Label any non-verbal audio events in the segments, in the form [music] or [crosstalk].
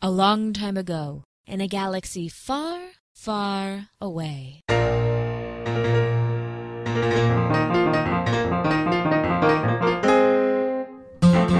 a long time ago, in a galaxy far, far away.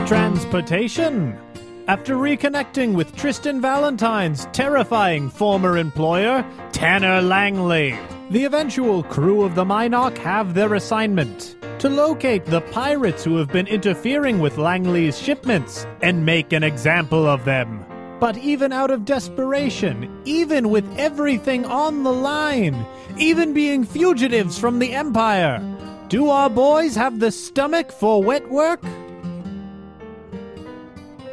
Transportation. After reconnecting with Tristan Valentine's terrifying former employer, Tanner Langley, the eventual crew of the Minoc have their assignment to locate the pirates who have been interfering with Langley's shipments and make an example of them. But even out of desperation, even with everything on the line, even being fugitives from the Empire, do our boys have the stomach for wet work?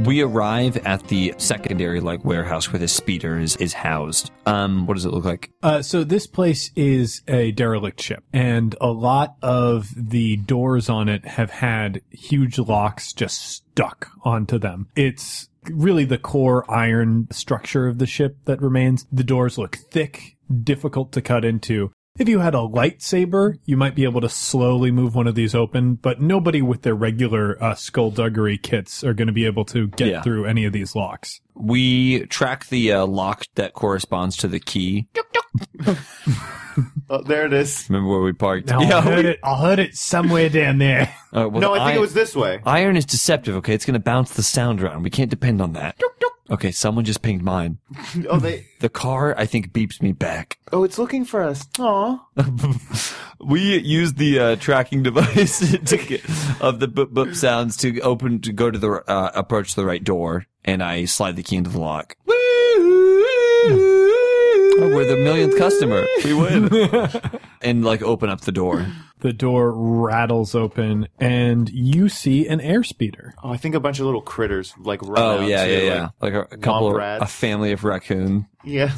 We arrive at the secondary like warehouse where the speeder is, is housed. Um, what does it look like? Uh, so this place is a derelict ship, and a lot of the doors on it have had huge locks just stuck onto them. It's really the core iron structure of the ship that remains. The doors look thick, difficult to cut into. If you had a lightsaber, you might be able to slowly move one of these open, but nobody with their regular uh, skullduggery kits are going to be able to get Yeah. through any of these locks. We track the uh, lock that corresponds to the key. Oh, there it is. Remember where we parked? Now, Yeah, I, heard it, I heard it somewhere down [laughs] there. Uh, well, no, the I think iron- it was this way. Iron is deceptive, okay? It's going to bounce the sound around. We can't depend on that. Okay, someone just pinged mine. Oh, they. The car, I think, beeps me back. Oh, it's looking for us. Aw. We use the uh, tracking [laughs] device [laughs] to get, of the boop boop sounds to open to go to the uh, approach the right door, and I slide the key into the lock. Oh, we're the millionth customer. We win, [laughs] and like open up the door. The door rattles open, and you see an air speeder. Oh, I think a bunch of little critters like run Oh out yeah, too, yeah, like- yeah. Like, a, a couple, of, rats. a family of raccoon. yeah.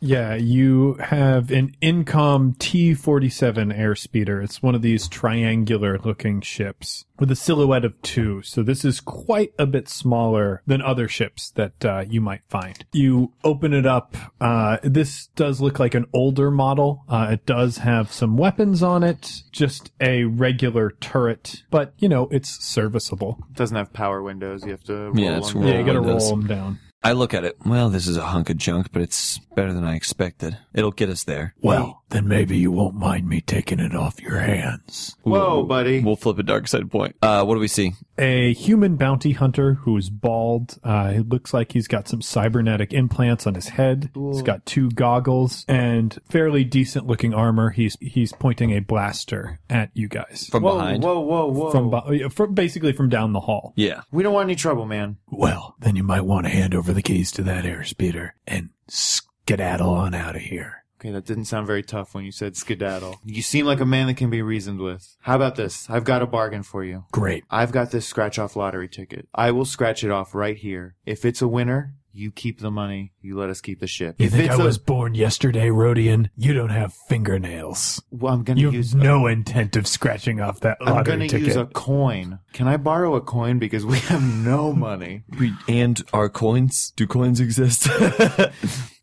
Yeah, you have an Incom T 47 air speeder. It's one of these triangular looking ships with a silhouette of two. So this is quite a bit smaller than other ships that uh, you might find. You open it up. Uh, this does look like an older model. Uh, it does have some weapons on it, just a regular turret, but you know, it's serviceable. Doesn't have power windows. You have to. Roll Yeah, it's on- roll Yeah, you gotta windows. roll them down. I look at it. Well, this is a hunk of junk, but it's better than I expected. It'll get us there. Well, then maybe you won't mind me taking it off your hands. Whoa, buddy. We'll flip a dark side point. Uh, what do we see? a human bounty hunter who is bald. Uh, it looks like he's got some cybernetic implants on his head. He's got two goggles and fairly decent looking armor. He's he's pointing a blaster at you guys From whoa, behind? whoa, whoa, whoa. from, bu- from basically from down the hall. Yeah. we don't want any trouble, man. Well, then you might want to hand over the keys to that air speeder and skedaddle on out of here. Okay, that didn't sound very tough when you said skedaddle. You seem like a man that can be reasoned with. How about this? I've got a bargain for you. Great. I've got this scratch off lottery ticket. I will scratch it off right here. If it's a winner, you keep the money. You let us keep the ship. You if think it's I a- was born yesterday, Rodian? You don't have fingernails. well, I'm gonna You use. uh, have no intent of scratching off that I'm lottery gonna ticket. use a coin. Can I borrow a coin because we have no money? [laughs] We, and our coins? Do coins exist? [laughs]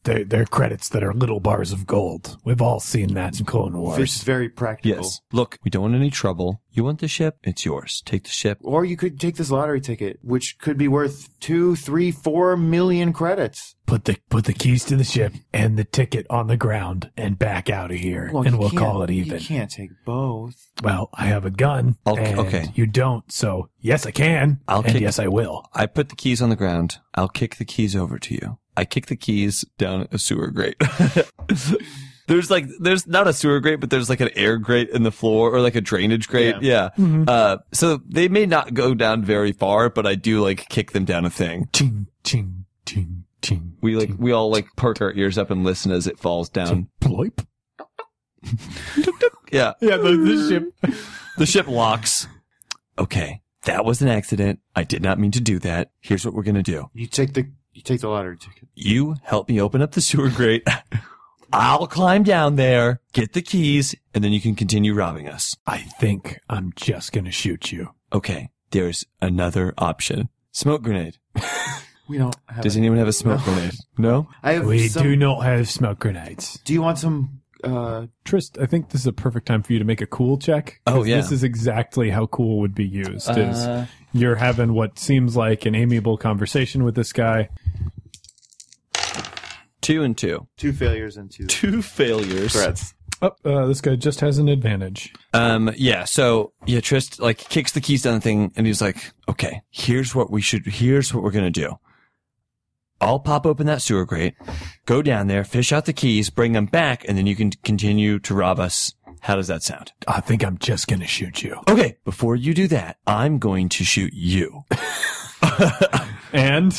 They're, they're credits that are little bars of gold. We've all seen that in Clone This is Wars. very practical. yes. Look, we don't want any trouble. You want the ship? It's yours. Take the ship. Or you could take this lottery ticket, which could be worth two, three, four million credits. Put the put the keys to the ship and the ticket on the ground and back out of here, and you we'll can't- call it even. You can't take both. Well, I have a gun. I'll- and okay. You don't, so yes, I can. I'll and kick- yes, I will. I put the keys on the ground. I'll kick the keys over to you. I kick the keys down a sewer grate. [laughs] there's like, there's not a sewer grate, but there's like an air grate in the floor or like a drainage grate. Yeah. Mm-hmm. Uh, so they may not go down very far, but I do like kick them down a thing. Ching, ching, ching, ching. We like, ching, we all like perk our ears up and listen as it falls down. ploip. Yeah. yeah, the, the ship. The ship locks. Okay. That was an accident. I did not mean to do that. Here's what we're going to do. You take the you take the lottery ticket. You help me open up the sewer grate. [laughs] I'll climb down there, get the keys, and then you can continue robbing us. I think I'm just gonna shoot you. Okay. There's another option. Smoke grenade. We don't have. Does any- anyone have a smoke grenade? [laughs] No? I have We some- do not have smoke grenades. Do you want some? Uh, Trist, I think this is a perfect time for you to make a cool check. 'cause Oh, yeah. This is exactly how cool would be used. Uh, is you're having what seems like an amiable conversation with this guy. Two and two. Two failures and two, Two failures. threats. Oh, uh, this guy just has an advantage. Um, yeah. So yeah, Trist like kicks the keys down the thing and he's like, okay, here's what we should, here's what we're going to do. I'll pop open that sewer grate, go down there, fish out the keys, bring them back, and then you can continue to rob us. How does that sound? I think I'm just going to shoot you. Okay. Before you do that, I'm going to shoot you. [laughs] And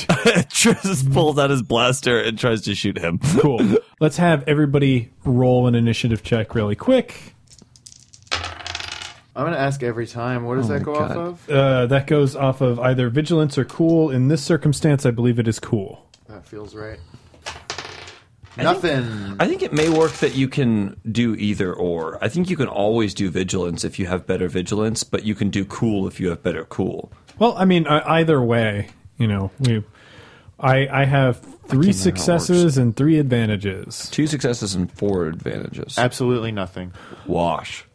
Trist pulls out his blaster and tries to shoot him. cool. [laughs] Let's have everybody roll an initiative check really quick. I'm gonna ask every time. What does Oh that go off of? Uh, that goes off of either vigilance or cool. In this circumstance, I believe it is cool. That feels right. Nothing. I think it may work that you can do either or. I think you can always do vigilance if you have better vigilance, but you can do cool if you have better cool. Well, I mean, uh, either way, you know, we. I I have three successes and three advantages. Two successes and four advantages. Absolutely nothing. Wash.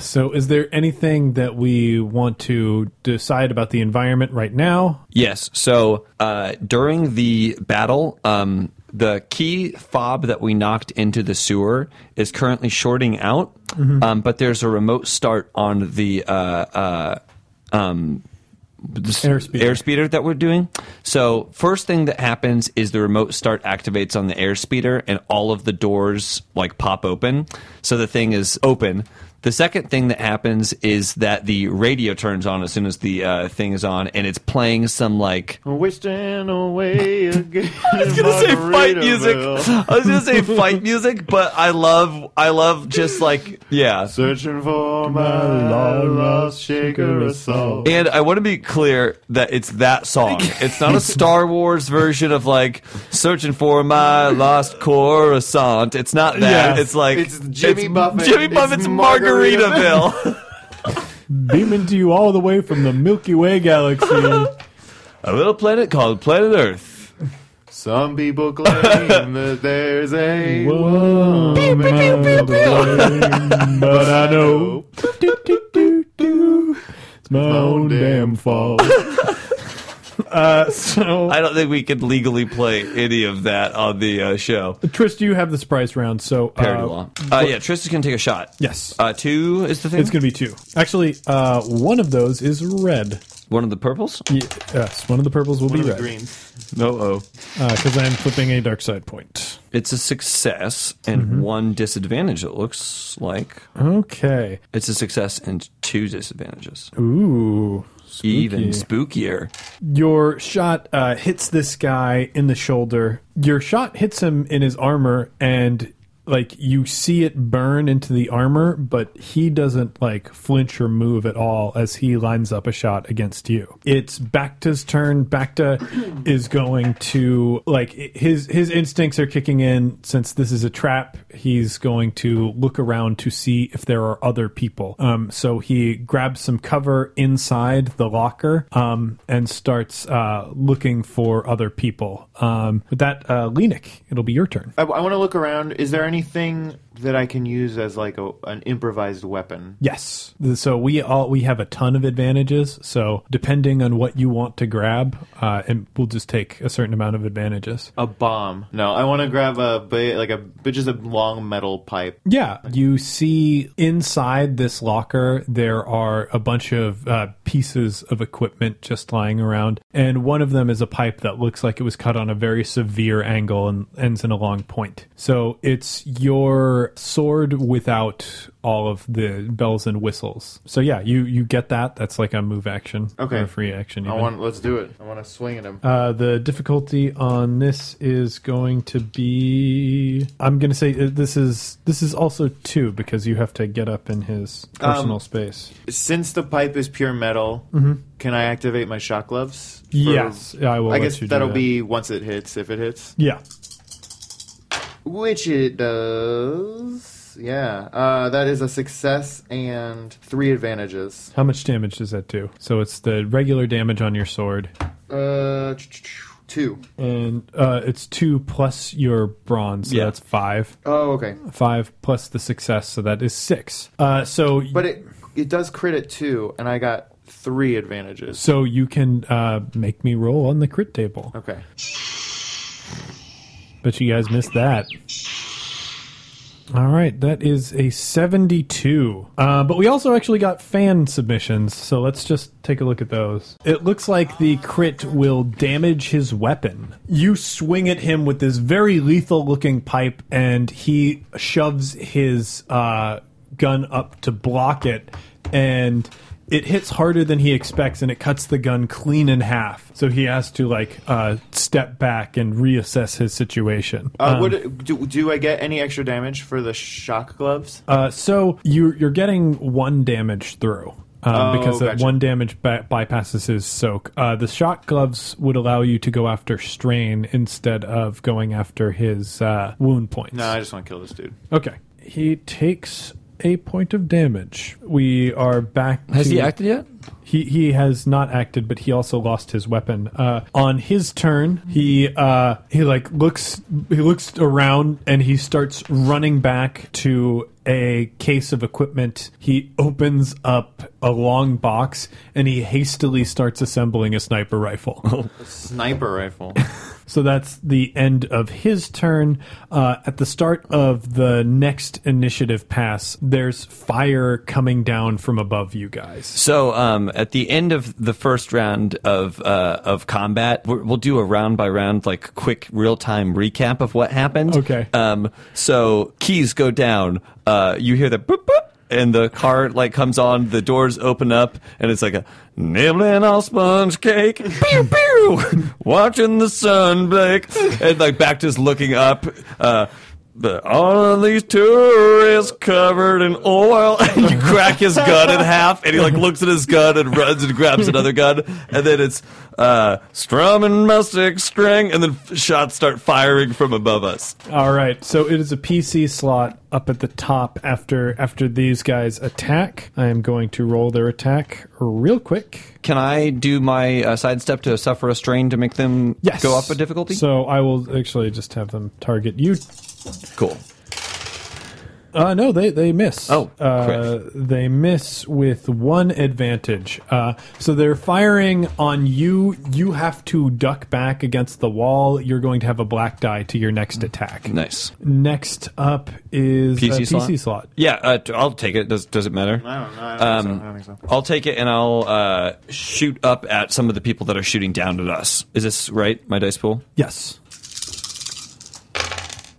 So, is there anything that we want to decide about the environment right now? Yes. So uh, during the battle, um, the key fob that we knocked into the sewer is currently shorting out, um, but there's a remote start on the uh, uh, um, Airspeeder. airspeeder that we're doing. So first thing that happens is the remote start activates on the airspeeder, and all of the doors like pop open. So the thing is open. The second thing that happens is that the radio turns on as soon as the uh, thing is on, and it's playing some like Wasting away again. [laughs] I I was gonna say fight music. [laughs] I was gonna say fight music, but I love, I love just like [laughs] yeah. Searching for my long lost shaker of soul. And I want to be clear that it's that song. It's not a Star Wars version of like searching for my lost Coruscant. It's not that. Yeah. It's like It's Jimmy Buffett. Jimmy It's Buffett's Margaritaville. Margaritaville. Beaming to you all the way from the Milky Way [laughs] galaxy. [laughs] a little planet called Planet Earth. Some people claim [laughs] that there's a but I know it's my own damn fault. [laughs] Uh, so, I don't think we could legally play any of that on the uh, show. Trist, you have the surprise round. So, Parody uh, law. Uh, yeah, Tristan's gonna take a shot. yes, Uh, two is the thing. it's going to be two. Actually, uh, one of those is red. One of the purples. Yes, one of the purples will One be of the red greens. No. Oh. because I'm flipping a dark side point. It's a success and one disadvantage, it looks like. Okay. It's a success and two disadvantages. Ooh. Even spookier. Your shot uh, hits this guy in the shoulder. Your shot hits him in his armor, and like you see it burn into the armor, but he doesn't like flinch or move at all as he lines up a shot against you. It's Bacta's turn. Bacta is going to like his his instincts are kicking in since this is a trap. He's going to look around to see if there are other people. Um, so he grabs some cover inside the locker um, and starts uh, looking for other people. Um, with that, uh, Lenik, it'll be your turn. I, want to look around. Is there anything that I can use as like a, an improvised weapon? Yes. So we all we have a ton of advantages. So depending on what you want to grab, uh, and we'll just take a certain amount of advantages. A bomb? No, I want to grab a ba- like a but just a long metal pipe. Yeah, you see inside this locker there are a bunch of uh, pieces of equipment just lying around, and one of them is a pipe that looks like it was cut on a very severe angle and ends in a long point. So it's your sword without all of the bells and whistles. So yeah, you you get that. That's like a move action, Okay. or a free action. I even. want. Let's do it. I want to swing at him. Uh, the difficulty on this is going to be. I'm going to say uh, this is this is also two because you have to get up in his personal Um, space. Since the pipe is pure metal, can I activate my shock gloves? For- Mm-hmm. Yes, I will. I let guess you do that'll that. be once it hits, if it hits. yeah. Which it does. Yeah. Uh, that is a success and three advantages. How much damage does that do? So it's the regular damage on your sword, Uh, ch- ch- ch- two. and uh, it's two plus your bronze. So Yeah. that's five. Oh, okay. Five plus the success, so that is six. Uh, so But it it does crit at two, and I got three advantages. so Uh, you can uh, make me roll on the crit table. Okay. Bet you guys missed that. All right, that is a 72. Uh, but we also actually got fan submissions, so let's just take a look at those. It looks like the crit will damage his weapon. You swing at him with this very lethal looking pipe, and he shoves his uh, gun up to block it, and it hits harder than he expects, and it cuts the gun clean in half. So he has to like uh, step back and reassess his situation. Uh, what, do, do I get any extra damage for the shock gloves? Uh, so you you're getting one damage through. Um, Oh, because that gotcha. one damage by- bypasses his soak. Uh, the shock gloves would allow you to go after strain instead of going after his uh, wound points. no, I just want to kill this dude. Okay. He takes a point of damage. We are back. Has to, he acted yet? He he has not acted, but he also lost his weapon. Uh, on his turn, he uh, he like looks he looks around and he starts running back to a case of equipment. He opens up a long box and he hastily starts assembling a sniper rifle. Sniper rifle. [laughs] So that's the end of his turn. Uh, at the start of the next initiative pass, there's fire coming down from above you guys. So um, at the end of the first round of uh, of combat, we're, we'll do a round by round, like quick real time recap of what happened. Okay. Um, so keys go down. Uh, you hear the boop boop, and the car like comes on. The doors open up, and it's like a nibbling on sponge cake. Pew pew. Watching the sun bake, and like back just looking up. Uh, the, all of these tourists covered in oil. [laughs] And you crack his gun in half, and he like looks at his gun and runs and grabs another gun, and then it's uh, strumming my six string, and then f- shots start firing from above us. All right, so it is a PC slot up at the top after after these guys attack. I am going to roll their attack real quick. Can I do my uh, sidestep to suffer a strain to make them Yes. go up a difficulty? So I will actually just have them target you. cool. Uh, no, they they miss. Oh, uh, they miss with one advantage. Uh, so they're firing on you. You have to duck back against the wall. You're going to have a black die to your next attack. Nice. Next up is PC uh, slot? PC slot. Yeah, uh, t- I'll take it. Does does it matter? I don't know. I Um, don't think so. I don't think so. I'll take it and I'll uh, shoot up at some of the people that are shooting down at us. Is this right? My dice pool. Yes.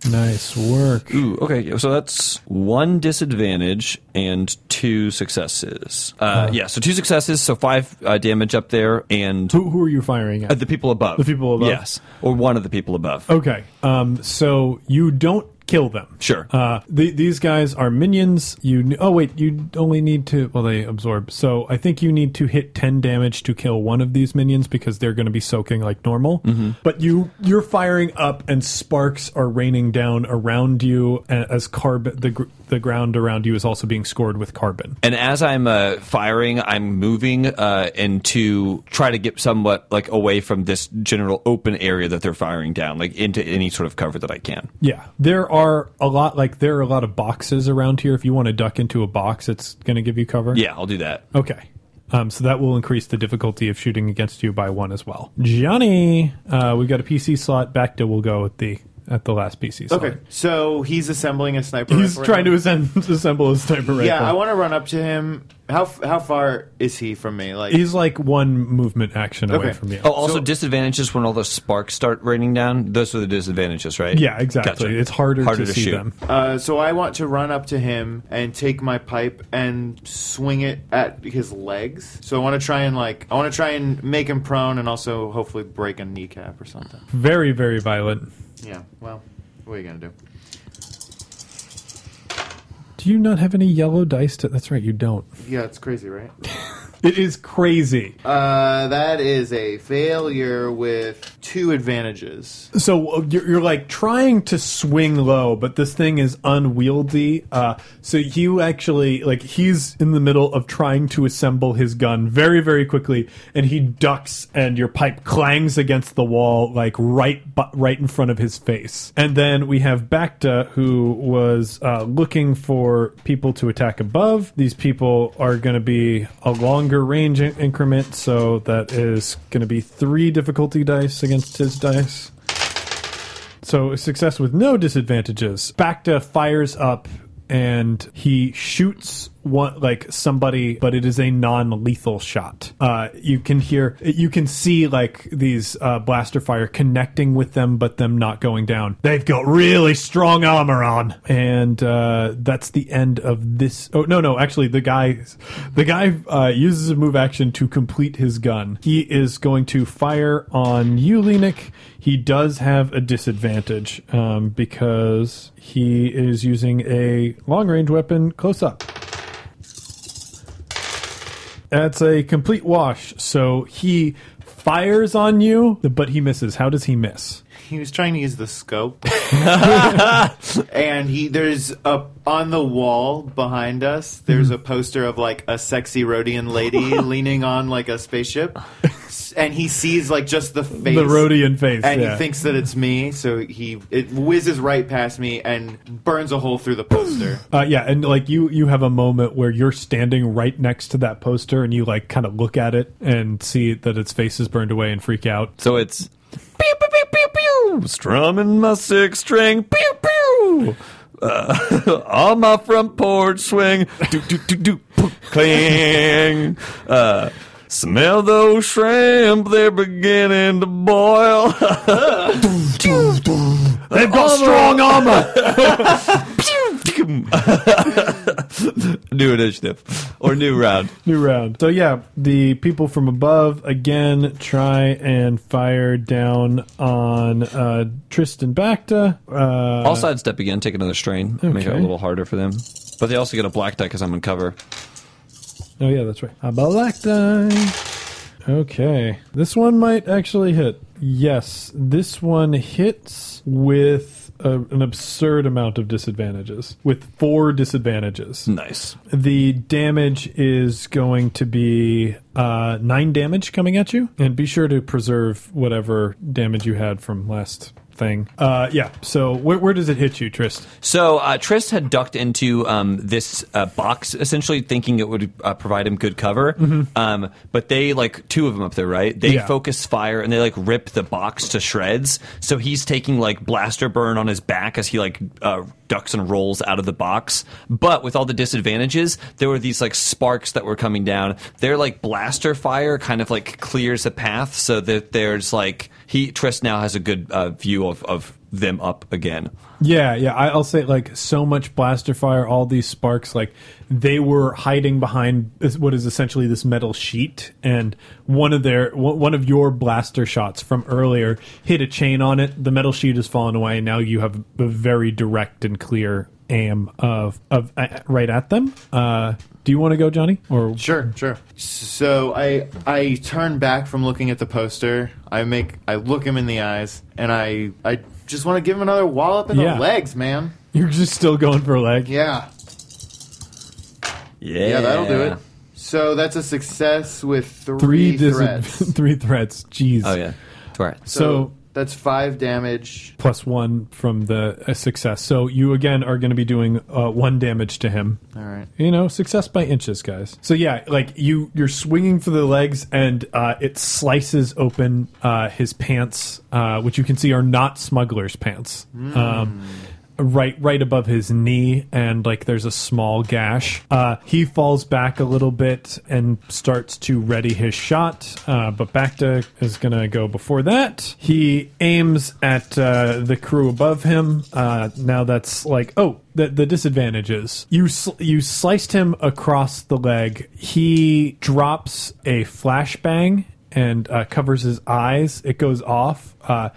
Nice work. Ooh, okay. So that's one disadvantage and two successes. Uh, Yeah, so two successes, so five uh, damage up there, and Who, who are you firing at? uh, the people above. The people above? Yes, or one of the people above. Okay. Um, so you don't kill them. Sure. Uh, the, these guys are minions. You. kn- Oh wait, you only need to. Well, they absorb. So I think you need to hit ten damage to kill one of these minions because they're going to be soaking like normal. But you you're firing up and sparks are raining down around you a- as carbon. The gr- the ground around you is also being scored with carbon. And as I'm uh, firing, I'm moving uh, and to try to get somewhat like away from this general open area that they're firing down, like into any sort of cover that I can. Yeah, there are a lot like there are a lot of boxes around here. If you want to duck into a box, it's going to give you cover. Yeah, I'll do that. Okay. Um, so that will increase the difficulty of shooting against you by one as well. Johnny, uh, we've got a PC slot. Bacta will go at the at the last PC slot. Okay, so he's assembling a sniper. He's rifle trying right now. to assemb- [laughs] assemble a sniper rifle. Yeah, I want to run up to him. How f- how far is he from me? Like He's like one movement action away Okay. from you. Oh, also disadvantages when all those sparks start raining down. Those are the disadvantages, right? Yeah, exactly. Gotcha. It's harder, Harder to, to see shoot. them. Uh, so I want to run up to him and take my pipe and swing it at his legs. So I want to try and like I want to try and make him prone and also hopefully break a kneecap or something. Very, very violent. [laughs] Yeah. Well, what are you gonna do? Do you not have any yellow dice? To- That's right, you don't. Yeah, it's crazy, right? It is crazy. Uh, that is a failure with two advantages. so uh, you're, you're like trying to swing low, but this thing is unwieldy. Uh, so you actually like he's in the middle of trying to assemble his gun very very quickly, and he ducks, and your pipe clangs against the wall like right bu- right in front of his face. And then we have Bacta who was uh, looking for people to attack above. These people are going to be a longer range in- increment, so that is going to be three difficulty dice against his dice. So a success with no disadvantages. Bacta fires up and he shoots one like somebody, but it is a non-lethal shot. Uh, you can hear, you can see like these uh, blaster fire connecting with them, but them not going down. They've got really strong armor on, and uh, that's the end of this. Oh no, no, actually, the guy, the guy uh, uses a move action to complete his gun. He is going to fire on you, Lenik. He does have a disadvantage um, because he is using a long range weapon close up. That's a complete wash. So he fires on you, but he misses. How does he miss? He was trying to use the [laughs] scope, and he there's a on the wall behind us. There's a poster of like a sexy Rhodian lady [laughs] leaning on like a spaceship, S- and he sees like just the face, The Rhodian face. and yeah. he thinks that it's me. So he it whizzes right past me and burns a hole through the poster. Uh, yeah, and like you, you have a moment where you're standing right next to that poster, and you like kind of look at it and see that its face is burned away and freak out. So it's pew pew pew pew pew, strumming my six string pew pew. Uh, [laughs] on my front porch swing, do do do do, poof, clang. Uh, smell those shrimp, they're beginning to boil. [laughs] They've got strong armor. [laughs] new initiative or new round. New round. So yeah, the people from above again try and fire down on uh, Tristan Bacta. Uh, I'll sidestep again, take another strain, make it a Okay. little harder for them. But they also get a black die because I'm in cover. Oh yeah, that's right. A black die. Okay, this one might actually hit. Yes, this one hits with a, an absurd amount of disadvantages. With four disadvantages, Nice. the damage is going to be uh, nine damage coming at you, and be sure to preserve whatever damage you had from last thing. Uh, yeah. So where, where does it hit you, Trist? So uh, Trist had ducked into um, this uh, box, essentially thinking it would uh, provide him good cover. Um, but they like two of them up there, right? They Yeah. focus fire and they like rip the box to shreds. So he's taking like blaster burn on his back as he like uh, ducks and rolls out of the box. But with all the disadvantages, there were these like sparks that were coming down. Their like blaster fire kind of like clears the path so that there's like he Trist now has a good uh, view of of them up again. Yeah, yeah. I- I'll say like so much blaster fire, all these sparks. Like they were hiding behind this- what is essentially this metal sheet, and one of their one one of your blaster shots from earlier hit a chain on it. The metal sheet has fallen away, and now you have a very direct and clear aim of of uh, right at them. Uh, do you want to go, Johnny? Or [laughs] Sure, sure. So I I turn back from looking at the poster. I make I look him in the eyes, and I I just want to give him another wallop in Yeah. the legs, man. you're just still going for a leg? Yeah, yeah, that'll do it. So that's a success with three, Three dis- [laughs] threats. three threats. Jeez. Oh yeah, Twat. so that's five damage. plus one from the uh, success. So you again are going to be doing uh, one damage to him. All right. You know, success by inches, guys. So yeah, like you, you're swinging for the legs, and uh, it slices open uh, his pants, uh, which you can see are not smuggler's pants. Um, right, right above his knee, and like there's a small gash. Uh, he falls back a little bit and starts to ready his shot, uh, but Bacta is gonna go before that. He aims at uh, the crew above him. Uh, now that's like oh the, the disadvantages. You sl- you sliced him across the leg. He drops a flashbang and uh, covers his eyes. It goes off. Uh,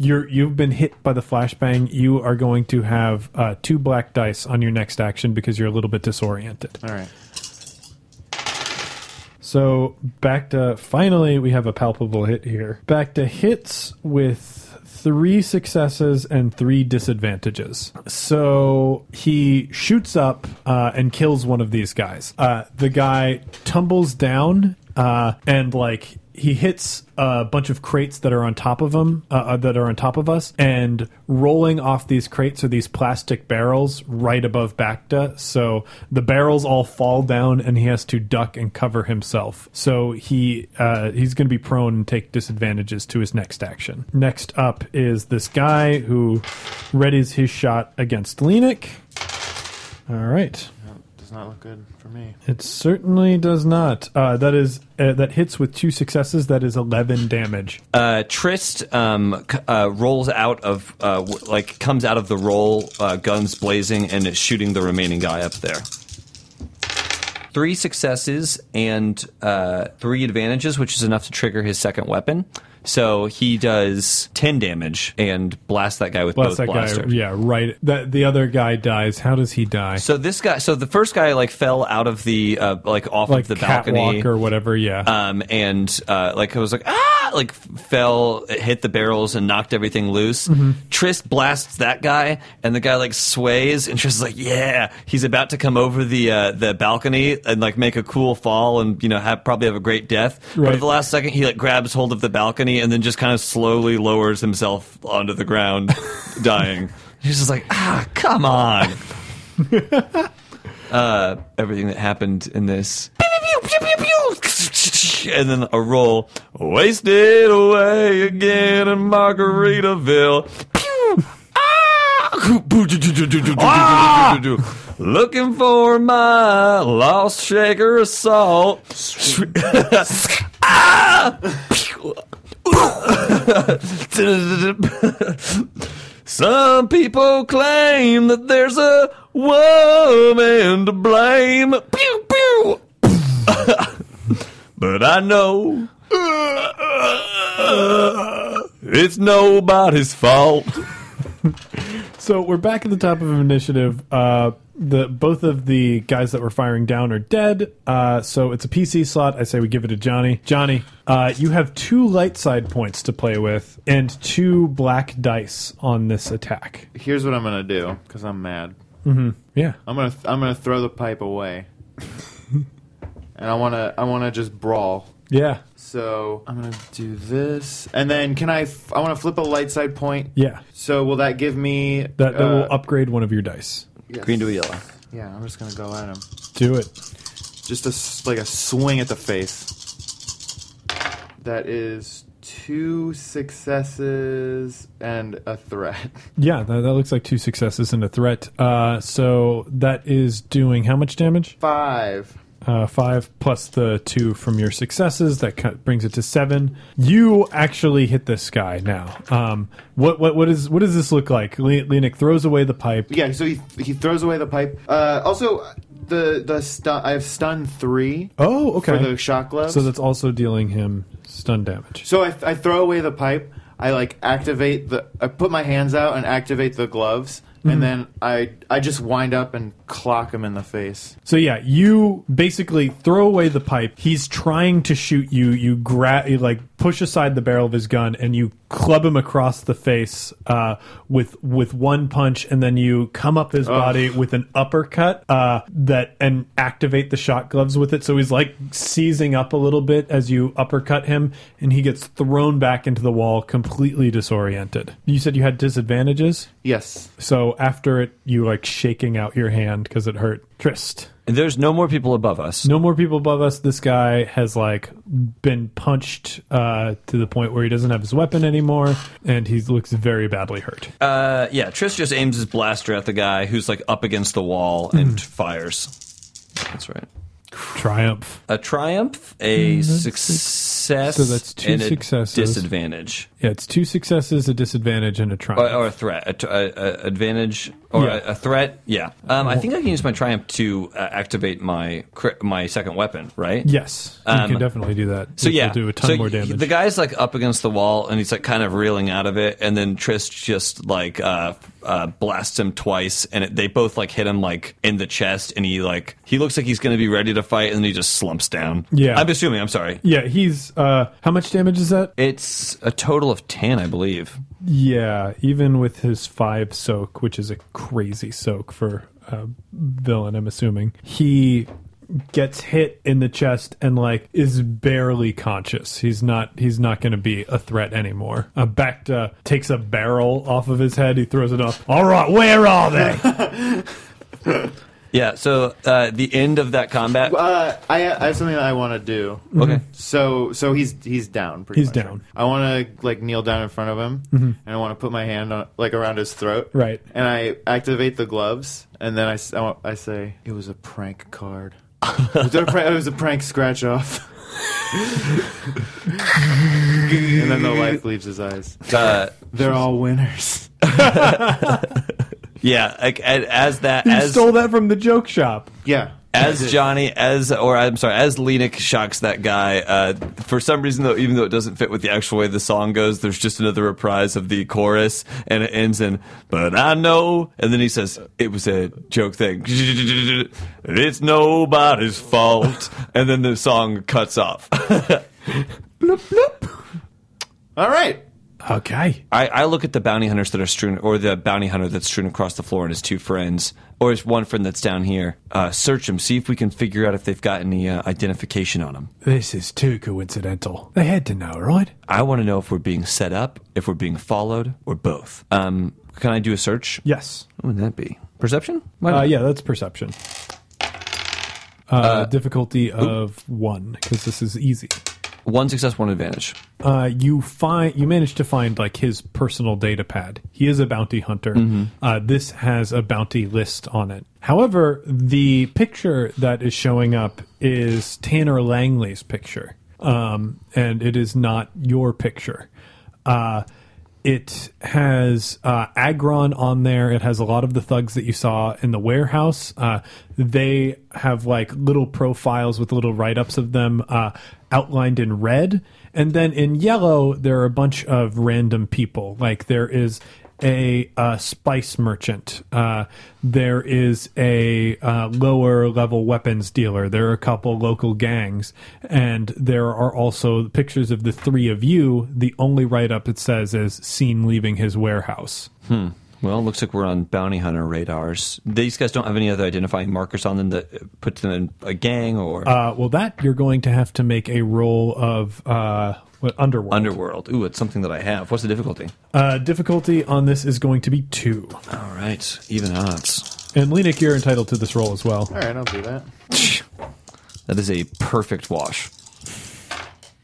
you're you've been hit by the flashbang. You are going to have uh, two black dice on your next action because you're a little bit disoriented. All right. So back to finally we have a palpable hit here. Back to hits with three successes and three disadvantages. So he shoots up uh, and kills one of these guys. Uh, the guy tumbles down uh, and like he hits a bunch of crates that are on top of him, uh, uh, that are on top of us, and rolling off these crates are these plastic barrels right above Bacta. So the barrels all fall down, and he has to duck and cover himself. So he uh, he's going to be prone and take disadvantages to his next action. Next up is this guy who readies his shot against Lenik. All right. Does not look good for me. It certainly does not. Uh, that is uh, that hits with two successes. That is eleven damage. Uh, Trist um, c- uh, rolls out of, uh, w- like, comes out of the roll, uh, guns blazing, and is shooting the remaining guy up there. Three successes and uh, three advantages, which is enough to trigger his second weapon. So he does 10 damage and blasts that guy with Bless both that blasters. guy. Yeah, right. That the other guy dies. How does he die? So this guy, so the first guy like fell out of the uh, like off like of the catwalk balcony, or whatever. Yeah. um, and uh, like I was like ah, like fell, hit the barrels and knocked everything loose. Trist blasts that guy, and the guy like sways, and Trist is like yeah, he's about to come over the uh, the balcony and like make a cool fall and you know have, probably have a great death. But Right. at the last second, he like grabs hold of the balcony and then just kind of slowly lowers himself onto the ground, dying. He's just like ah, come on uh, everything that happened in this. And then a roll wasted away again in Margaritaville. Pew. Ah! Looking for my lost shaker of salt. Ah! Pew. Some people claim that there's a woman to blame. Pew, pew. [laughs] but I know it's nobody's fault. so we're back at the top of initiative. Uh, the both of the guys that were firing down are dead. Uh, so it's a PC slot. I say we give it to Johnny. Johnny, uh, you have two light side points to play with and two black dice on this attack. Here's what I'm gonna do because I'm mad. Yeah. I'm gonna th- I'm gonna throw the [laughs] pipe away, and I wanna I wanna just brawl. Yeah. So I'm gonna do this, and then can I? F- I want to flip a light side point. Yeah. So will that give me That, that uh, will upgrade one of your dice. yes. Green to a yellow. Yeah, I'm just gonna go at him. Do it. Just a s like a swing at the face. That is two successes and a threat. [laughs] Yeah, that, that looks like two successes and a threat. Uh, so that is doing how much damage? Five. Uh, five plus the two from your successes. That cut, brings it to seven. You actually hit this guy now. Um, what what what is what does this look like? Le- Lenik throws away the pipe. Yeah. So he he throws away the pipe. Uh, also, the the stun. I have stun three. Oh, For okay. the shock gloves. So that's also dealing him stun damage. So I, I throw away the pipe. I like activate the. I put my hands out and activate the gloves, Mm-hmm. and then I I just wind up and clock him in the face. So yeah, you basically throw away the pipe. He's trying to shoot you. You grab, you like push aside the barrel of his gun, and you club him across the face uh, with with one punch, and then you come up his body with an uppercut uh, that and activate the shot gloves with it. So he's like seizing up a little bit as you uppercut him, and he gets thrown back into the wall, completely disoriented. You said you had disadvantages, Yes. so after it, you like shaking out your hand because it hurt. Trist. And there's no more people above us. No more people above us. This guy has like been punched uh, to the point where he doesn't have his weapon anymore, and he looks very badly hurt. Uh, yeah, Trist just aims his blaster at the guy who's like up against the wall and fires. Hmm. That's right. Mm, Triumph. A triumph, a success, so that's two and a successes. disadvantage. Yeah, it's two successes, a disadvantage, and a or, triumph. or a threat, a, tr- a, a advantage, or Yeah. a, a threat. Yeah, um, I think I can use my triumph to uh, activate my cri- my second weapon, right? yes, you Um, can definitely do that. So yeah, will do a ton so more y- damage. The guy's like up against the wall, and he's like kind of reeling out of it. And then Trist just like uh, uh, blasts him twice, and it, they both like hit him like in the chest. And he like he looks like he's going to be ready to fight, and then he just slumps down. Yeah. I'm assuming. I'm sorry. yeah, he's. Uh, how much damage is that? It's a total of ten, I believe. Yeah, even with his five soak, which is a crazy soak for a villain, I'm assuming, he gets hit in the chest and like is barely conscious. He's not he's not going to be a threat anymore. Uh, Bacta takes a barrel off of his head. He throws it up. All right, where are [laughs] they? Yeah. So uh, the end of that combat. Uh, I, I have something that I want to do. Okay. So so he's he's down. Mm-hmm. Pretty He's much, down. I want to like kneel down in front of him, and I want to put my hand on like around his throat. Right. And I activate the gloves, and then I, s- I wa- I say it was a prank card. it, was a prank, it was a prank scratch off. and then the life leaves his eyes. Uh, They're all winners. yeah. Like a- as that He as stole that from the joke shop. Yeah. as Johnny as or I'm sorry as Lenik shocks that guy. Uh, for some reason though, even though it doesn't fit with the actual way the song goes, there's just another reprise of the chorus, and it ends in "But I know," and then he says it was a joke thing. [laughs] It's nobody's fault, and then the song cuts off. [laughs] All right. Okay. I, I look at the bounty hunters that are strewn, or the bounty hunter that's strewn across the floor and his two friends, or his one friend that's down here. Uh, search them, see if we can figure out if they've got any uh, identification on them. This is too coincidental. They had to know, right? I want to know if we're being set up, if we're being followed, or both. Um, can I do a search? Yes. What would that be? Perception? Why Uh, not? yeah, that's perception. Uh, difficulty of one because this is easy. One success, one advantage. Uh, you find you manage to find like his personal data pad. He is a bounty hunter. Uh, this has a bounty list on it. However, the picture that is showing up is Tanner Langley's picture, um, and it is not your picture. Uh, it has uh, Agron on there. It has a lot of the thugs that you saw in the warehouse. Uh, they have like little profiles with little write ups of them uh, outlined in red. And then in yellow, there are a bunch of random people. Like there is a, uh spice merchant, uh, there is a uh, lower level weapons dealer, there are a couple local gangs, and there are also pictures of the three of you. The only write up it says is seen leaving his warehouse. Well, looks like we're on bounty hunter radars. These guys don't have any other identifying markers on them that uh, put them in a gang or Uh, well, that you're going to have to make a roll of uh, what, underworld. underworld. Ooh, it's something that I have. What's the difficulty? uh, difficulty on this is going to be two. All right, even odds. And Lenik, you're entitled to this roll as well. All right. I'll do that. That is a perfect wash.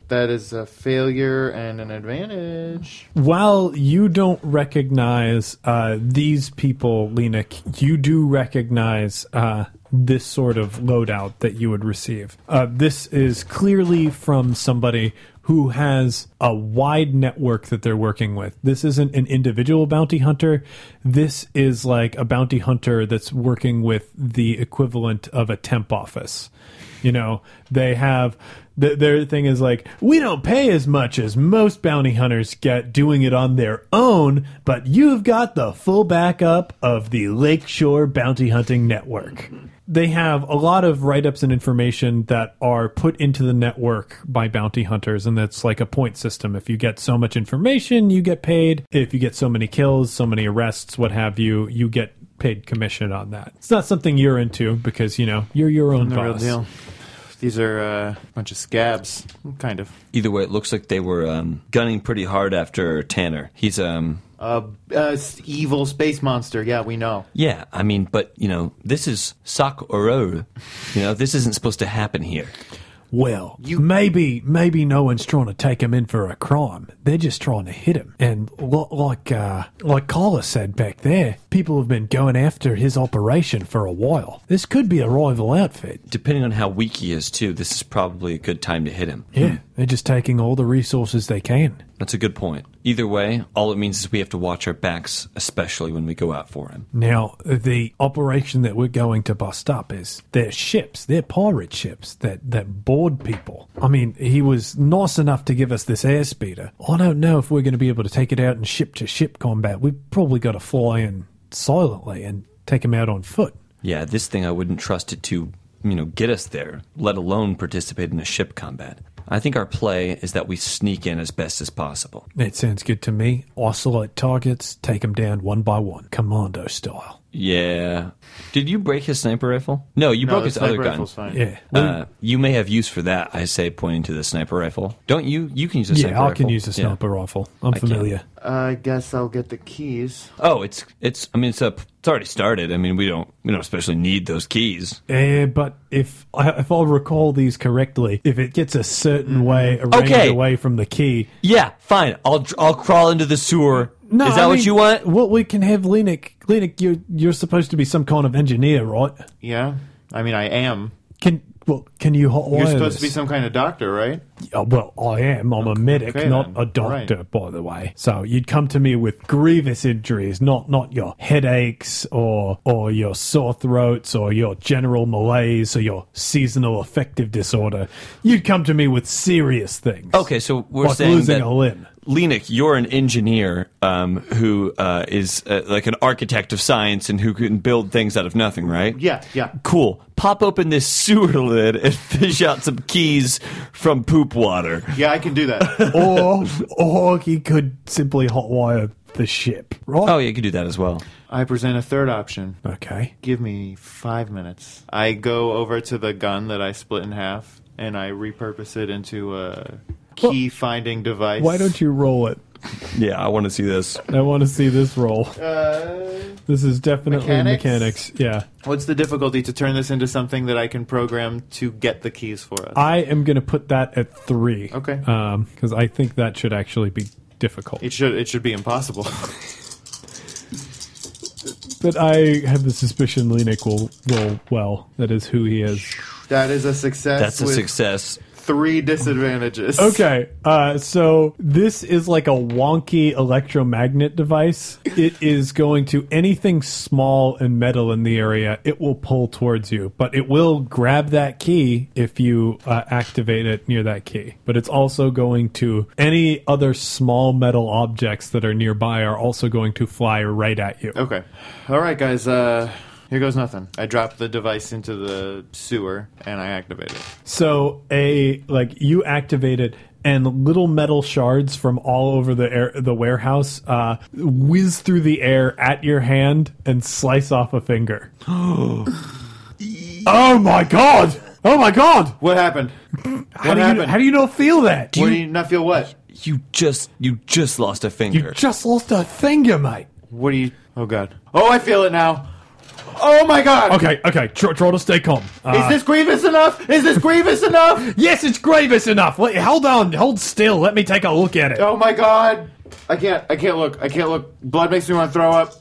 That is a failure and an advantage. while you don't recognize uh, these people, Lenik, you do recognize uh, this sort of loadout that you would receive. Uh, this is clearly from somebody who has a wide network that they're working with. This isn't an individual bounty hunter. This is like a bounty hunter that's working with the equivalent of a temp office you know they have th- their thing is like we don't pay as much as most bounty hunters get doing it on their own but you've got the full backup of the lakeshore bounty hunting network they have a lot of write-ups and information that are put into the network by bounty hunters and that's like a point system if you get so much information you get paid if you get so many kills so many arrests what have you you get paid commission on that it's not something you're into because you know you're your own The real boss. deal. These are uh, a bunch of scabs, kind of. Either way, it looks like they were um, gunning pretty hard after Tanner. He's um, Uh, uh, s- evil space monster. Yeah, we know. yeah. I mean, but you know, this is sock or roll. You know, this isn't supposed to happen here. Well, maybe maybe no one's trying to take him in for a crime. They're just trying to hit him. And lo- like uh, like Carla said back there, people have been going after his operation for a while. This could be a rival outfit. Depending on how weak he is, too, this is probably a good time to hit him. Yeah, they're just taking all the resources they can. That's a good point. Either way, all it means is we have to watch our backs, especially when we go out for him. Now, the operation that we're going to bust up is their ships, their pirate ships that, that board people. I mean, he was nice enough to give us this airspeeder. I don't know if we're going to be able to take it out in ship to ship combat. We've probably got to fly in silently and take him out on foot. Yeah, this thing I wouldn't trust it to, you know, get us there, let alone participate in a ship combat. I think our play is that we sneak in as best as possible. That sounds good to me. Isolate targets, take them down one by one, commando style. Yeah. Did you break his sniper rifle? No, you No, broke the his other sniper gun. rifle's fine. Yeah. Uh, you may have use for that, I say, pointing to the sniper rifle. Don't you? You can use a yeah, sniper I rifle. can use a Yeah. sniper rifle. I'm I can. familiar. I guess I'll get the keys. Oh, it's it's. I mean, it's up. It's already started. I mean, we don't we don't especially need those keys. Eh, but if I, if I recall these correctly, if it gets a certain way a range Okay. away from the key, Yeah, fine. I'll dr- I'll crawl into the sewer. no, is that I what mean, you want? Well, we can have Lenik. Lenik, you're you're supposed to be some kind of engineer, right? Yeah. I mean, I am. Can well, can you hot You're wire supposed to be this? some kind of doctor, right? Uh, well, I am. I'm a medic, okay not then. a doctor, by the way. So you'd come to me with grievous injuries, not not your headaches or or your sore throats or your general malaise or your seasonal affective disorder. You'd come to me with serious things. Okay, so we're like saying losing that a limb. Lenik, you're an engineer um, who uh, is uh, like an architect of science and who can build things out of nothing, right? Yeah, yeah. Cool. Pop open this sewer [laughs] lid and fish out some keys from poop water. Yeah, I can do that. [laughs] [laughs] or or he could simply hotwire the ship, right? Oh, yeah, you could do that as well. I present a third option. Oh, Okay. Give me five minutes. I go over to the gun that I split in half and I repurpose it into a key finding device. Why don't you roll it? Yeah, I want to see this. I want to see this roll. Uh, This is definitely Mechanics? mechanics. Yeah. what's the difficulty to turn this into something that I can program to get the keys for us? I am going to put that at three. Okay. Because I think that should actually be difficult. it should it should be impossible. [laughs] But I have the suspicion Lenik will roll well. That is who he is. that is a success. That's a with success. Three disadvantages. Okay, uh, so this is like a wonky electromagnet device. It is going to anything small and metal in the area, it will pull towards you, but it will grab that key if you uh, activate it near that key. But it's also going to any other small metal objects that are nearby are also going to fly right at you. Okay. All right, guys. Uh, here goes nothing. I drop the device into the sewer and I activate it. So a like you activated and little metal shards from all over the air, the warehouse uh, whiz through the air at your hand and slice off a finger. [gasps] oh my god! Oh my god! What happened? How What do you happened? how do you not feel that? What do you not feel? What? You just you just lost a you finger. just lost a finger, mate. What do you? Oh God. Oh, I feel it now. Oh my God. Okay, okay. Try, try to stay calm. Uh, Is this grievous enough? Is this grievous enough? yes, it's grievous enough. Wait, hold on, hold still. Let me take a look at it. Oh my God. I can't. I can't look. I can't look. Blood makes me want to throw up.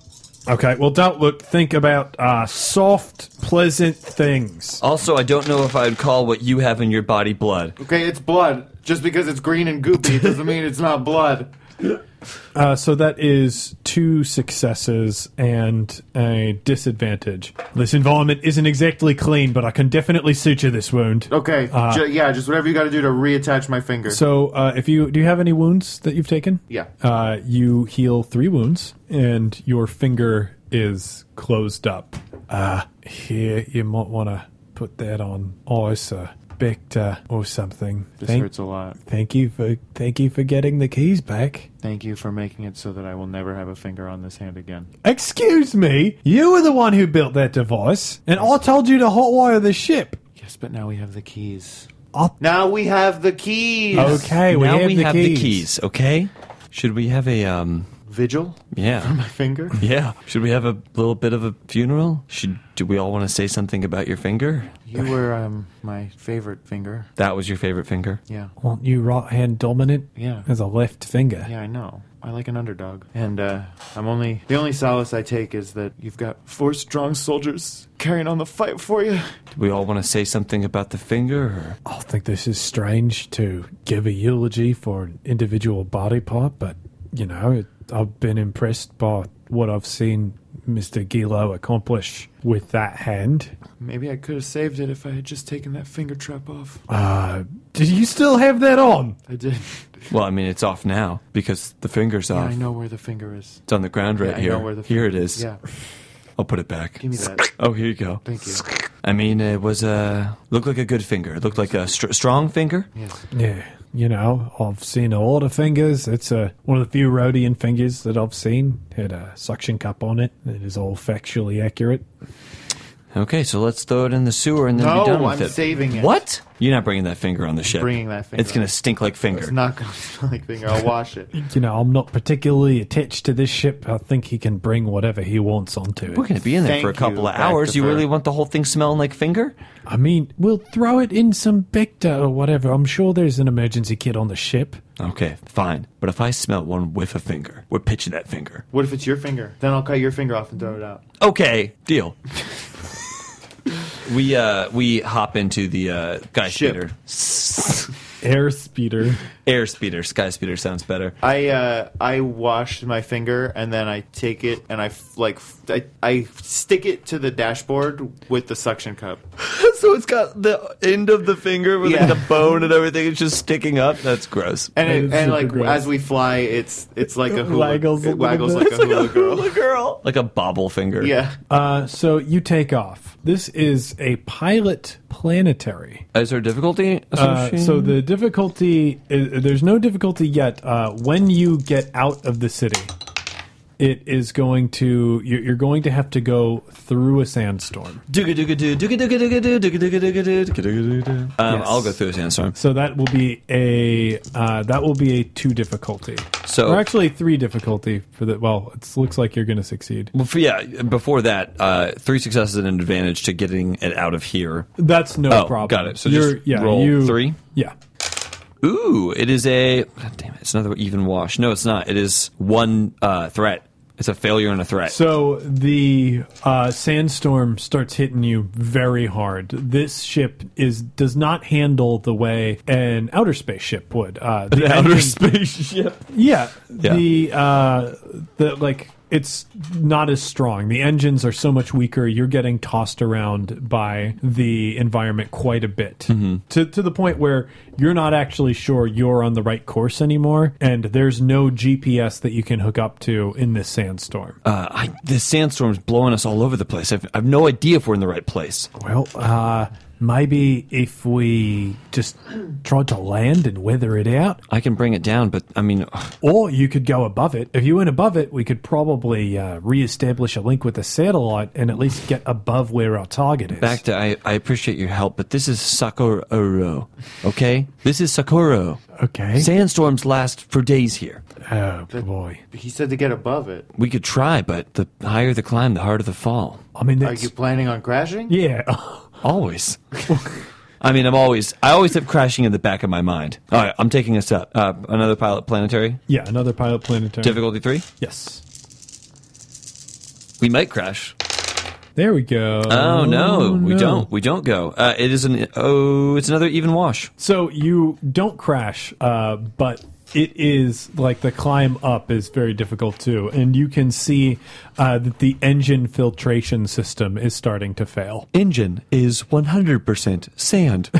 Okay, well, don't look. Think about uh, soft, pleasant things. also, I don't know if I'd call what you have in your body blood. Okay, it's blood. Just because it's green and goopy doesn't mean it's not blood. Uh, so that is two successes and a disadvantage. This environment isn't exactly clean, but I can definitely suture this wound. Okay. ju- yeah, just whatever you got to do to reattach my finger. Uh, So, uh, if you do, you have any wounds that you've taken? Yeah. Uh, you heal three wounds, and your finger is closed up. Uh, here, you might want to put that on ice or Becta or something. this Thank- hurts a lot. Thank you for thank you for getting the keys back. Thank you for making it so that I will never have a finger on this hand again. Excuse me, you were the one who built that device, and I told you to hotwire the ship. Yes, but now we have the keys. Up. Now we have the keys. Okay, we now have, we the, have keys. the keys. Okay. Should we have a um? Vigil. Yeah. My finger. Yeah. Should we have a little bit of a funeral? Should do we all want to say something about your finger? [laughs] You were um my favorite finger. That was your favorite finger. Yeah. Aren't you right hand dominant? Yeah. As a left finger. Yeah, I know. I like an underdog. And uh, I'm only the only solace I take is that you've got four strong soldiers carrying on the fight for you. Do we all want to say something about the finger? Or? I think this is strange to give a eulogy for an individual body part, but you know, it, I've been impressed by what I've seen Mr. Gilo accomplish with that hand. Maybe I could have saved it if I had just taken that finger trap off. Uh, do you still have that on? I did. Well, I mean, it's off now because the finger's Yeah, off. I know where the finger is. It's on the ground right Yeah, I here. know where the here it is. Yeah. I'll put it back. Give me that. Oh, here you go. Thank you. I mean, it was a looked like a good finger. It looked like a str- strong finger. Yeah, you know, I've seen a lot of fingers. It's uh, one of the few Rhodian fingers that I've seen. Had a suction cup on it. It is all factually accurate. Okay, so let's throw it in the sewer and then No, be done with I'm it. saving it. What? You're not bringing that finger on the ship. bringing that finger. It's gonna stink like finger. It's not going to [laughs] smell like finger. I'll wash it. You know, I'm not particularly attached to this ship. I think he can bring whatever he wants onto We're it. gonna be in there Thank for a couple you, of hours. Dr. You Burr. really want the whole thing smelling like finger? I mean, we'll throw it in some Bicta or whatever. I'm sure there's an emergency kit on the ship. Okay, fine. But if I smell one whiff of finger, we're pitching that finger. What if it's your finger? Then I'll cut your finger off and throw it out. Okay, deal. we uh we hop into the uh guy Ship. speeder. Air speeder. Air speeder, sky speeder sounds better. I uh, I wash my finger and then I take it and I f- like f- I, I stick it to the dashboard with the suction cup. [laughs] So it's got the end of the finger with Yeah. like the bone and everything. It's just sticking up. That's gross. And That it, is and super like gross. as we fly, it's it's like a hula. Waggles a it little waggles bit. like a [laughs] hula girl. Hula girl, like a bobble finger. Yeah, Uh, so you take off. This is a pilot planetary. Oh, Is there difficulty? Uh, so the difficulty i there's no difficulty yet. Uh, when you get out of the city, it is going to you're you're going to have to go through a sandstorm. Um, I'll go through a sandstorm. So that will be a uh, that will be a two difficulty. So- or actually three difficulty for the. Well, it looks like you're going to succeed. Well, for- yeah, before that, uh, three successes and an advantage to getting it out of here. That's no Oh, problem. got it. So just roll three? Yeah. Ooh, it is a. God damn it! It's another even wash. No, it's not. It is one uh, threat. It's a failure and a threat. So the uh, sandstorm starts hitting you very hard. This ship is does not handle the way an outer space ship would. [laughs] Uh, the outer engine- spaceship. yeah, Yeah. The uh, the like it's not as strong. The engines are so much weaker. You're getting tossed around by the environment quite a bit Mm-hmm. to to the point where you're not actually sure you're on the right course anymore. And there's no GPS that you can hook up to in this sandstorm. [laughs] Uh, I, this sandstorm's blowing us all over the place. I've, I've no idea if we're in the right place. Well, uh, maybe if we just tried to land and weather it out, I can bring it down, but I mean, or you could go above it. If you went above it, we could probably uh, reestablish a link with the satellite and at least get above where our target is. back to I, I appreciate your help, but this is Sakuroro, okay? This is Sakuroro. okay. Sandstorms last for days here. oh boy. he said to get above it. We could try, but the higher the climb, the harder the fall. I mean, Are that's you planning on crashing? yeah. [laughs] Always. [laughs] I mean, I'm always, I always have crashing in the back of my mind. All right, I'm taking us up. Uh, another pilot planetary. yeah, another pilot planetary. Difficulty three. yes. We might crash. There we go. Oh, no, we no. don't. We don't go. Uh, it is an, oh, it's another even wash. So you don't crash, uh, but it is like the climb up is very difficult too, and you can see uh, that the engine filtration system is starting to fail. engine is 100% sand. [laughs]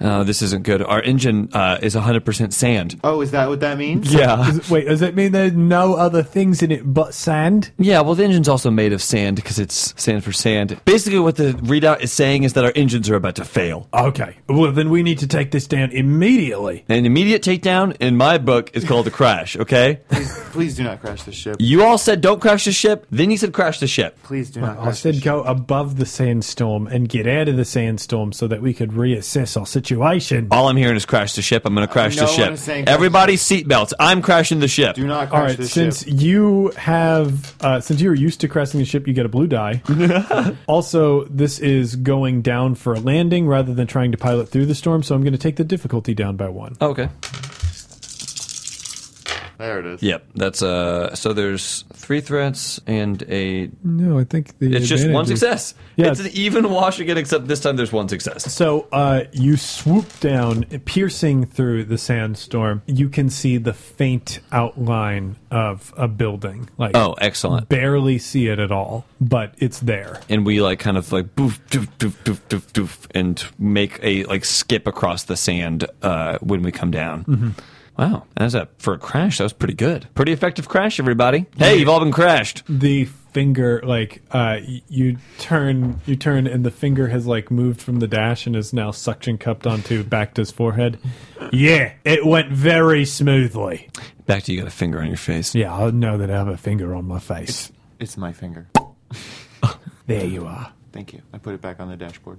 Oh, this isn't good. Our engine uh, is 100% sand. Oh, is that what that means? Yeah. Is- Wait, does that mean there's no other things in it but sand? Yeah, well, the engine's also made of sand because it's sand for sand. Basically, what the readout is saying is that our engines are about to fail. Okay, well then we need to take this down immediately. An immediate takedown, in my book, is called a crash, okay? Please do not crash the ship. You all said don't crash the ship, then you said crash the ship. Please do not I crash the said ship. go above the sandstorm and get out of the sandstorm so that we could reassess our situation. All I'm hearing is crash the ship. I'm going to crash the Uh, no one ship. is saying crash Everybody, seatbelts. I'm crashing the ship. Do not All crash right, the since ship. you have, uh, since you are used to crashing the ship, you get a blue [laughs] die. also, this is going down for a landing rather than trying to pilot through the storm, so I'm going to take the difficulty down by one. Oh, okay. There it is. Yep. That's uh. So there's three threats and a No, I think the It's just one success. Yeah. It's an even wash again, except this time there's one success. So uh, you swoop down, piercing through the sandstorm. You can see the faint outline of a building. Like Oh, excellent. barely see it at all, but it's there. And we like kind of like boof, doof, doof, doof, doof, doof, and make a like skip across the sand uh, when we come down. Mm-hmm. Wow, that was a for a crash. That was pretty good. Pretty effective crash, everybody. Hey, you've all been crashed. The finger like uh y- you turn you turn and the finger has like moved from the dash and is now suction cupped onto back to his forehead. Yeah, it went very smoothly. Back to you got a finger on your face. Yeah, I know that I have a finger on my face. It's my finger. There you are. Thank you. I put it back on the dashboard.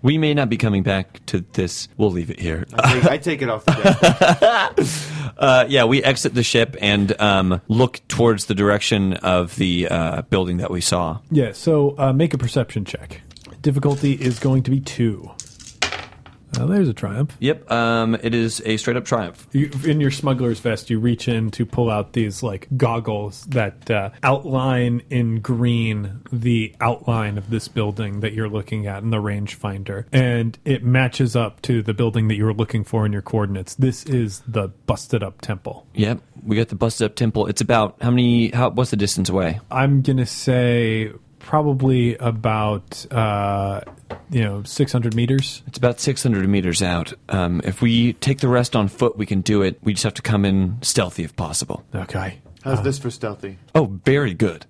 We may not be coming back to this. We'll leave it here. I take, I take it off the dashboard. Uh, yeah, we exit the ship and um, look towards the direction of the uh, building that we saw. Yeah, so uh, make a perception check. Difficulty is going to be two. Uh, there's a triumph. Yep, um, it is a straight up triumph. You, in your smuggler's vest, you reach in to pull out these like goggles that uh, outline in green the outline of this building that you're looking at in the rangefinder, and it matches up to the building that you were looking for in your coordinates. This is the busted up temple. Yep, we got the busted up temple. It's about how many? How what's the distance away? I'm gonna say probably about uh, you know 600 meters. It's about 600 meters out. Um, if we take the rest on foot, we can do it. We just have to come in stealthy if possible. Okay. How's this for stealthy? Oh, very good.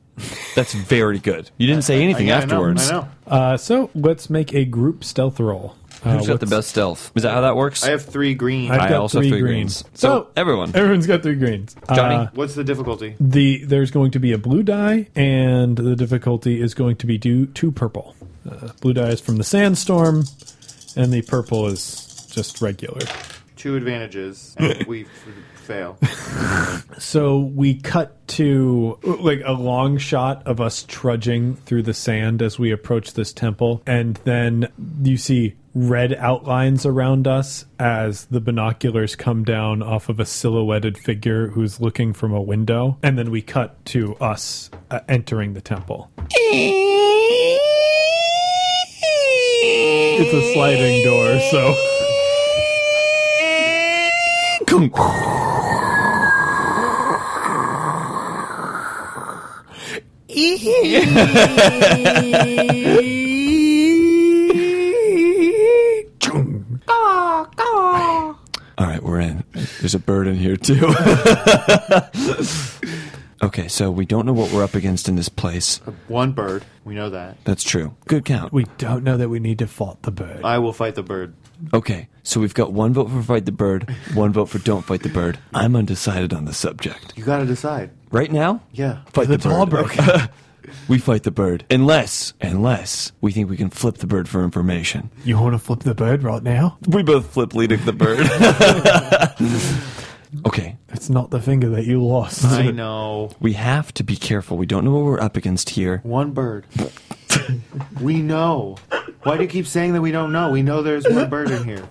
That's very good. You didn't say anything Yeah, I know, afterwards. I know. Uh, so let's make a group stealth roll. Uh, Who's got the what's- best stealth? Is that how that works? I have three green. I've I got also have three, three greens. greens. So, everyone. everyone's got three greens. Uh, Johnny? What's the difficulty? the there's going to be a blue die, and the difficulty is going to be due two purple. Uh, blue die is from the sandstorm, and the purple is just regular. Two advantages, [laughs] and we f- fail. So we cut to like a long shot of us trudging through the sand as we approach this temple, and then you see red outlines around us as the binoculars come down off of a silhouetted figure who's looking from a window, and then we cut to us uh, entering the temple. It's a sliding door, so. [laughs] All right, we're in. There's a bird in here too. [laughs] okay, so we don't know what we're up against in this place. One bird. We know that. That's true. Good count. We don't know that we need to fault the bird. I will fight the bird. Okay, so we've got one vote for fight the bird, one vote for don't fight the bird. I'm undecided on the subject. You gotta decide. Right now, Yeah. fight the, bird. [laughs] we fight the bird, unless unless we think we can flip the bird for information. You want to flip the bird right now? We both flip leading the bird. [laughs] okay, It's not the finger that you lost. [laughs] I know. we have to be careful. We don't know what we're up against here. One bird. we know. Why do you keep saying that we don't know? We know there's one bird [laughs] in here.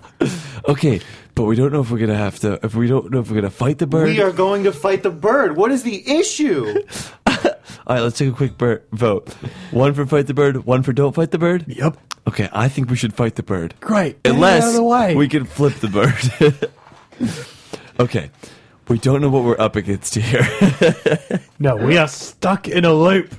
Okay, but we don't know if we're gonna have to. If we don't know if we're gonna fight the bird. We are going to fight the bird. What is the issue? All right, let's take a quick bird vote. One for fight the bird, one for don't fight the bird. Yep. Okay, I think we should fight the bird. Great. Get it out of Unless the way. we can flip the bird. [laughs] okay, we don't know what we're up against here. [laughs] no, we are stuck in a loop.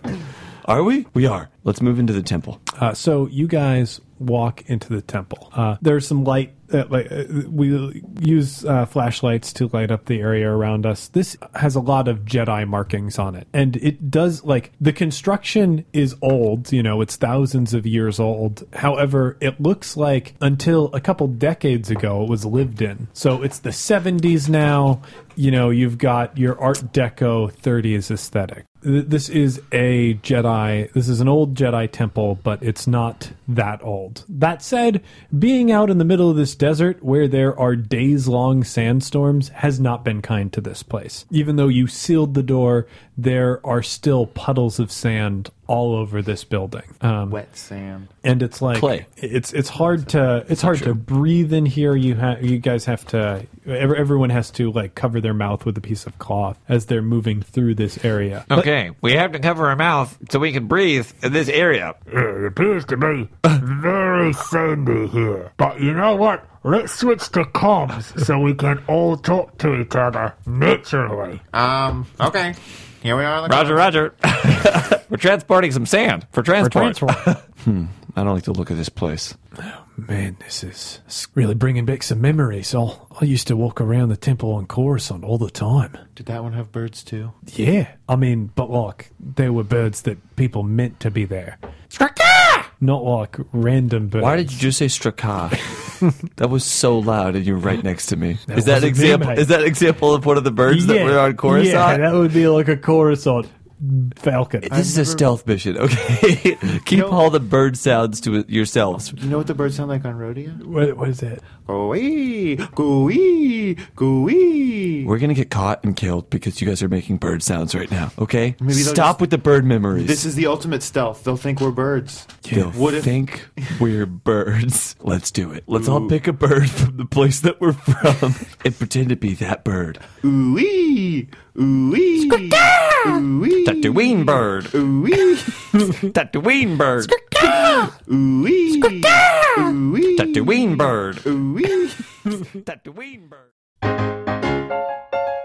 are we? We are. Let's move into the temple. Uh, so you guys walk into the temple. Uh, there's some light. Uh, like uh, we use uh, flashlights to light up the area around us. This has a lot of Jedi markings on it, and it does like the construction is old. You know, it's thousands of years old. However, it looks like until a couple decades ago it was lived in. So it's the 70s now. You know, you've got your Art Deco 30s aesthetic. Th- this is a Jedi. This is an old Jedi temple, but it's not that old. That said, being out in the middle of this desert where there are days long sandstorms has not been kind to this place. Even though you sealed the door, there are still puddles of sand all over this building. Um, Wet sand. and it's like Clay. it's it's hard to it's hard to breathe in here. You ha- you guys have to ev- everyone has to like cover their mouth with a piece of cloth as they're moving through this area. Okay, we have to cover our mouth so we can breathe in this area. It appears to be very sandy here. But you know what? Let's switch to comms so we can all talk to each other naturally. Um, okay. Here we are. on the- Roger, Roger. [laughs] We're transporting some sand for transport. I don't like the look of this place. Man, this is it's really bringing back some memories. I I used to walk around the temple on Coruscant all the time. Did that one have birds too? Yeah, I mean, but like there were birds that people meant to be there, not like random birds. Why did you just say Straka? [laughs] that was so loud, and you're right next to me. Is that wasn't me, example? mate. Is that example of one of the birds that were on Coruscant? Yeah, that would be like a Coruscant falcon. this is a stealth mission, [laughs] okay? Keep You know- all the bird sounds to it- yourselves. You know what the birds sound like on rodeo? What, what is that? Gooey, gooey, gooey. We're gonna get caught and killed because you guys are making bird sounds right now, okay? Maybe they'll Stop just- with the bird memories. This is the ultimate stealth. They'll think we're birds. They'll What if- [laughs] think we're birds. Let's do it. Let's all pick a bird from the place that we're from [laughs] and pretend to be that bird. Ooh-wee, ooh-wee, ooh-wee, Tatooine bird. ooh-wee, Tatooine bird. ooh-wee, ooh-wee, Tatooine bird. ooh-wee. Tatooine bird.